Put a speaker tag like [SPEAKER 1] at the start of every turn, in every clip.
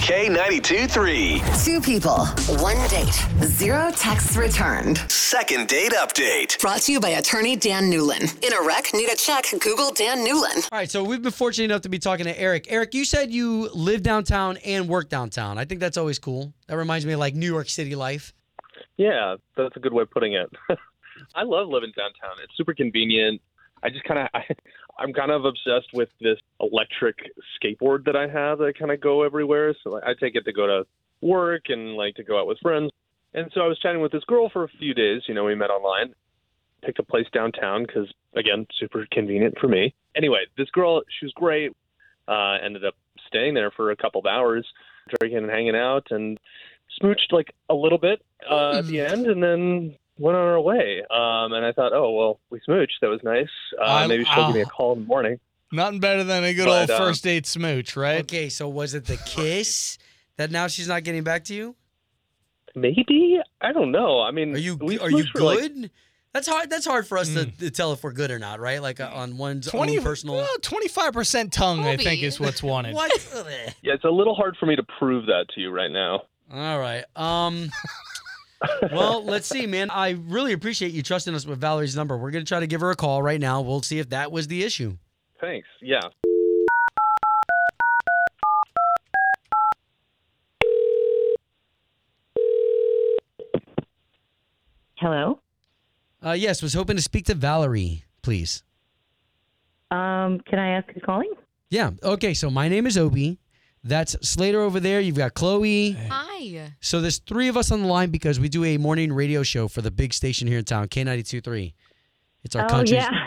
[SPEAKER 1] K92 3.
[SPEAKER 2] Two people, one date, zero texts returned.
[SPEAKER 1] Second date update.
[SPEAKER 2] Brought to you by attorney Dan Newlin. In a wreck, need a check, Google Dan Newlin.
[SPEAKER 3] All right, so we've been fortunate enough to be talking to Eric. Eric, you said you live downtown and work downtown. I think that's always cool. That reminds me of like New York City life.
[SPEAKER 4] Yeah, that's a good way of putting it. I love living downtown. It's super convenient. I just kind of, I'm kind of obsessed with this electric skateboard that I have that I kind of go everywhere. So like, I take it to go to work and like to go out with friends. And so I was chatting with this girl for a few days. You know, we met online, picked a place downtown because again, super convenient for me. Anyway, this girl, she was great. Uh, ended up staying there for a couple of hours, drinking and hanging out, and smooched like a little bit uh, at the end, and then went on our way. Um, and I thought, oh well, we smooched. That was nice. Uh,
[SPEAKER 5] I-
[SPEAKER 4] maybe she'll give me a
[SPEAKER 5] ah.
[SPEAKER 4] call in the morning.
[SPEAKER 5] Nothing better than a good
[SPEAKER 4] But,
[SPEAKER 5] old
[SPEAKER 4] uh,
[SPEAKER 5] first date smooch, right?
[SPEAKER 3] Okay, so was it the kiss that now she's not getting back to you?
[SPEAKER 4] Maybe I don't know. I mean,
[SPEAKER 3] Are you
[SPEAKER 4] we
[SPEAKER 3] are you
[SPEAKER 4] smooched for, like- Mm.
[SPEAKER 3] good? that's hard. That's hard for us to, to tell if we're good or not, right? Like uh, on one's own personal.
[SPEAKER 5] twenty-five percent tongue, I think, is what's wanted.
[SPEAKER 3] What?
[SPEAKER 4] yeah, it's a little hard for me to prove that to you right now.
[SPEAKER 3] All right. Um. well, let's see, man. I really appreciate you trusting us with Valerie's number. We're gonna try to give her a call right now. We'll see if that was the issue.
[SPEAKER 4] Thanks. Yeah.
[SPEAKER 6] Hello.
[SPEAKER 3] Uh, yes, was hoping to speak to Valerie, please.
[SPEAKER 6] Um, can I ask who's calling?
[SPEAKER 3] Yeah. Okay. So my name is Obi. That's Slater over there. You've got Chloe.
[SPEAKER 7] Hi.
[SPEAKER 3] So there's three of us on the line because we do a morning radio show for the big station here in town, K92.3. It's our
[SPEAKER 6] oh
[SPEAKER 3] country.
[SPEAKER 6] yeah. Uh,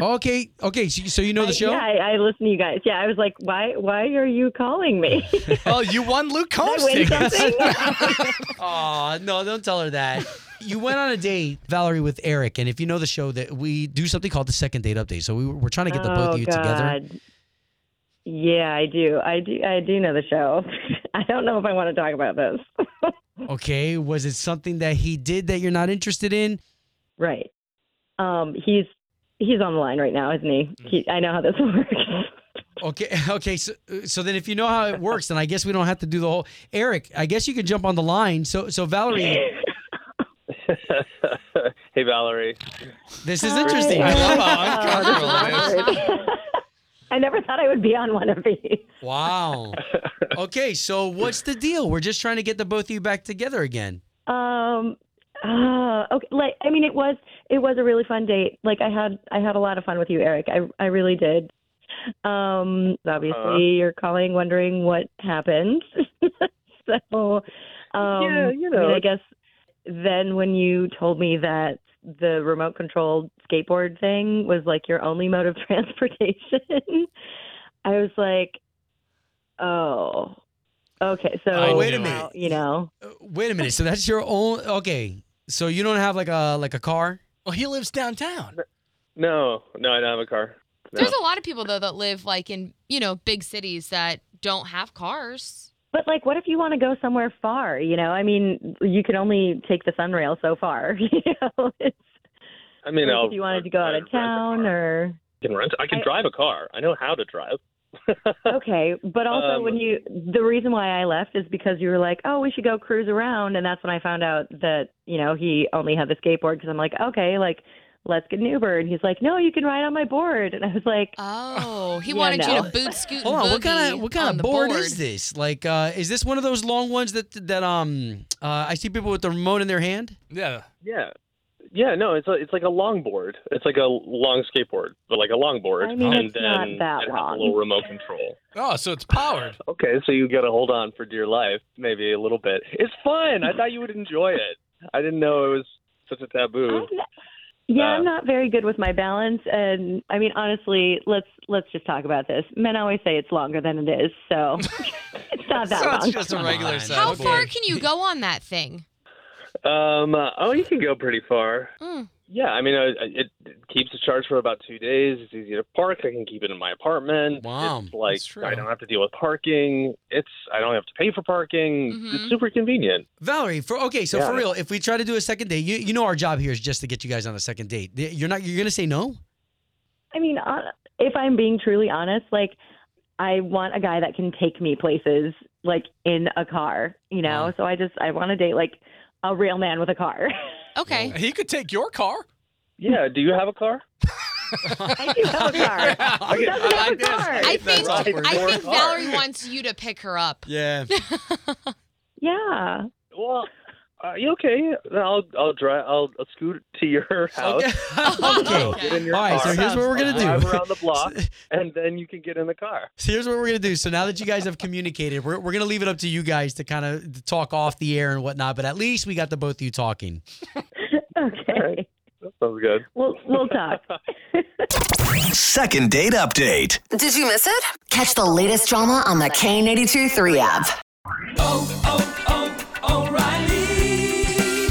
[SPEAKER 3] Okay. Okay. So, so you know the show?
[SPEAKER 6] Yeah, I, I listen to you guys. Yeah, I was like, why? Why are you calling me? Did
[SPEAKER 5] Oh, you won Luke
[SPEAKER 6] I
[SPEAKER 5] Combs
[SPEAKER 6] win
[SPEAKER 5] tickets.
[SPEAKER 6] something?
[SPEAKER 3] Aw, no, don't tell her that. You went on a date, Valerie, with Eric, and if you know the show, that we do something called the second date update. So we, we're trying to get the both
[SPEAKER 6] oh
[SPEAKER 3] of you
[SPEAKER 6] God.
[SPEAKER 3] together.
[SPEAKER 6] Yeah, I do. I do. I do know the show. I don't know if I want to talk about this.
[SPEAKER 3] Okay. Was it something that he did that you're not interested in?
[SPEAKER 6] right. Um, he's he's on the line right now, isn't he? he I know how this works.
[SPEAKER 3] Okay, okay. So, so then, if you know how it works, then I guess we don't have to do the whole. Eric, I guess you can jump on the line. So, so Valerie,
[SPEAKER 4] hey, Valerie.
[SPEAKER 3] this is interesting.
[SPEAKER 5] I
[SPEAKER 6] Hi.
[SPEAKER 5] love how uncomfortable it is.
[SPEAKER 6] Oh, I never thought I would be on one of these.
[SPEAKER 3] Wow. Okay, so what's the deal? We're just trying to get the both of you back together again.
[SPEAKER 6] Um. Uh, okay. Like, I mean, it was it was a really fun date. Like, I had I had a lot of fun with you, Eric. I I really did. Um. Obviously,
[SPEAKER 4] Uh-huh.
[SPEAKER 6] you're calling, wondering what happened. so, um,
[SPEAKER 4] Yeah, you
[SPEAKER 6] I, mean,
[SPEAKER 4] know.
[SPEAKER 6] I guess then when you told me that the remote controlled skateboard thing was like your only mode of transportation, I was like, oh, okay. So
[SPEAKER 5] I
[SPEAKER 3] wait a
[SPEAKER 6] now,
[SPEAKER 3] minute.
[SPEAKER 6] you know.
[SPEAKER 3] Uh, wait a minute. So that's your own. Okay, so you don't have like a like a car.
[SPEAKER 5] Well, he lives downtown.
[SPEAKER 4] No, no, I don't have a car. No.
[SPEAKER 7] There's a lot of people though that live like in you know big cities that don't have cars.
[SPEAKER 6] But like, what if you want to go somewhere far? You know, I mean, you can only take the sunrail so far. You know, it's,
[SPEAKER 4] I mean, I'll,
[SPEAKER 6] if you wanted to go out
[SPEAKER 4] I'll
[SPEAKER 6] of
[SPEAKER 4] rent a
[SPEAKER 6] town
[SPEAKER 4] car.
[SPEAKER 6] or
[SPEAKER 4] I can rent. I can
[SPEAKER 6] I-
[SPEAKER 4] drive a car. I know how to drive.
[SPEAKER 6] okay. But also,
[SPEAKER 4] Um,
[SPEAKER 6] when you the reason why I left is because you were like, oh, we should go cruise around, and that's when I found out that you know he only had the skateboard because I'm like, okay, like let's get an Uber, and he's like, no, you can ride on my board, and I was like,
[SPEAKER 7] Oh, he
[SPEAKER 6] Yeah,
[SPEAKER 7] wanted you
[SPEAKER 6] no.
[SPEAKER 7] to boot scoot. and
[SPEAKER 3] Hold on. What kind of
[SPEAKER 7] boogie
[SPEAKER 3] what
[SPEAKER 7] on
[SPEAKER 3] kind
[SPEAKER 7] the
[SPEAKER 3] of board, is this? Like, uh, is this one of those long ones that that um uh, I see people with the remote in their hand?
[SPEAKER 5] Yeah.
[SPEAKER 4] Yeah. Yeah, no, it's a, it's like a longboard. It's like a long skateboard, but like a longboard,
[SPEAKER 6] I mean,
[SPEAKER 4] and
[SPEAKER 6] it's
[SPEAKER 4] then
[SPEAKER 6] not that
[SPEAKER 4] it has
[SPEAKER 6] long.
[SPEAKER 4] a little remote control.
[SPEAKER 5] Oh, so it's powered.
[SPEAKER 4] Okay, so you got to hold on for dear life, maybe a little bit. It's fun. I thought you would enjoy it. I didn't know it was such a taboo.
[SPEAKER 6] I'm not- yeah,
[SPEAKER 4] Uh,
[SPEAKER 6] I'm not very good with my balance, and I mean, honestly, let's let's just talk about this. Men always say it's longer than it is, so it's not that
[SPEAKER 5] so
[SPEAKER 6] long.
[SPEAKER 5] it's just a
[SPEAKER 3] Come
[SPEAKER 5] regular
[SPEAKER 3] on.
[SPEAKER 5] size
[SPEAKER 7] How
[SPEAKER 5] board.
[SPEAKER 7] far can you go on that thing?
[SPEAKER 4] Um, uh, oh, you can go pretty far.
[SPEAKER 7] Mm.
[SPEAKER 4] Yeah, I mean, I, I, it it keeps the charge for about two days. It's easy to park. I can keep it in my apartment.
[SPEAKER 3] Wow,
[SPEAKER 4] it's like
[SPEAKER 5] that's true.
[SPEAKER 4] I don't have to deal with parking. It's I don't have to pay for parking.
[SPEAKER 7] Mhm.
[SPEAKER 4] It's super convenient.
[SPEAKER 3] Valerie, for okay, so
[SPEAKER 4] Yeah.
[SPEAKER 3] for real, if we try to do a second date, you, you know our job here is just to get you guys on a second date. You're not you're gonna say no?
[SPEAKER 6] I mean, hon- if I'm being truly honest, like I want a guy that can take me places, like in a car, you know.
[SPEAKER 5] Uh-huh.
[SPEAKER 6] So I just I want to date like a real man with a car.
[SPEAKER 7] Okay.
[SPEAKER 5] He could take your car.
[SPEAKER 4] Yeah. Do you have a car?
[SPEAKER 6] I do have a car. He doesn't have a car.
[SPEAKER 7] I think
[SPEAKER 3] That's awkward.
[SPEAKER 7] I think
[SPEAKER 4] Or a car.
[SPEAKER 7] Valerie wants you to pick her up.
[SPEAKER 3] Yeah.
[SPEAKER 6] yeah.
[SPEAKER 4] Well, uh, you okay? I'll I'll drive. I'll, I'll scoot to your house.
[SPEAKER 3] Okay.
[SPEAKER 7] Okay.
[SPEAKER 4] Get in your
[SPEAKER 3] All right, so
[SPEAKER 4] car.
[SPEAKER 3] here's what we're gonna do.
[SPEAKER 4] Drive around the block, and then you can get in the car.
[SPEAKER 3] So here's what we're gonna do. So now that you guys have communicated, we're, we're gonna leave it up to you guys to kind of talk off the air and whatnot. But at least we got the both of you talking.
[SPEAKER 6] Okay.
[SPEAKER 4] That sounds good.
[SPEAKER 6] We'll we'll talk.
[SPEAKER 1] Second date update.
[SPEAKER 2] Did you miss it? Catch the latest drama on the K82 3 app.
[SPEAKER 8] Oh, O'Reilly.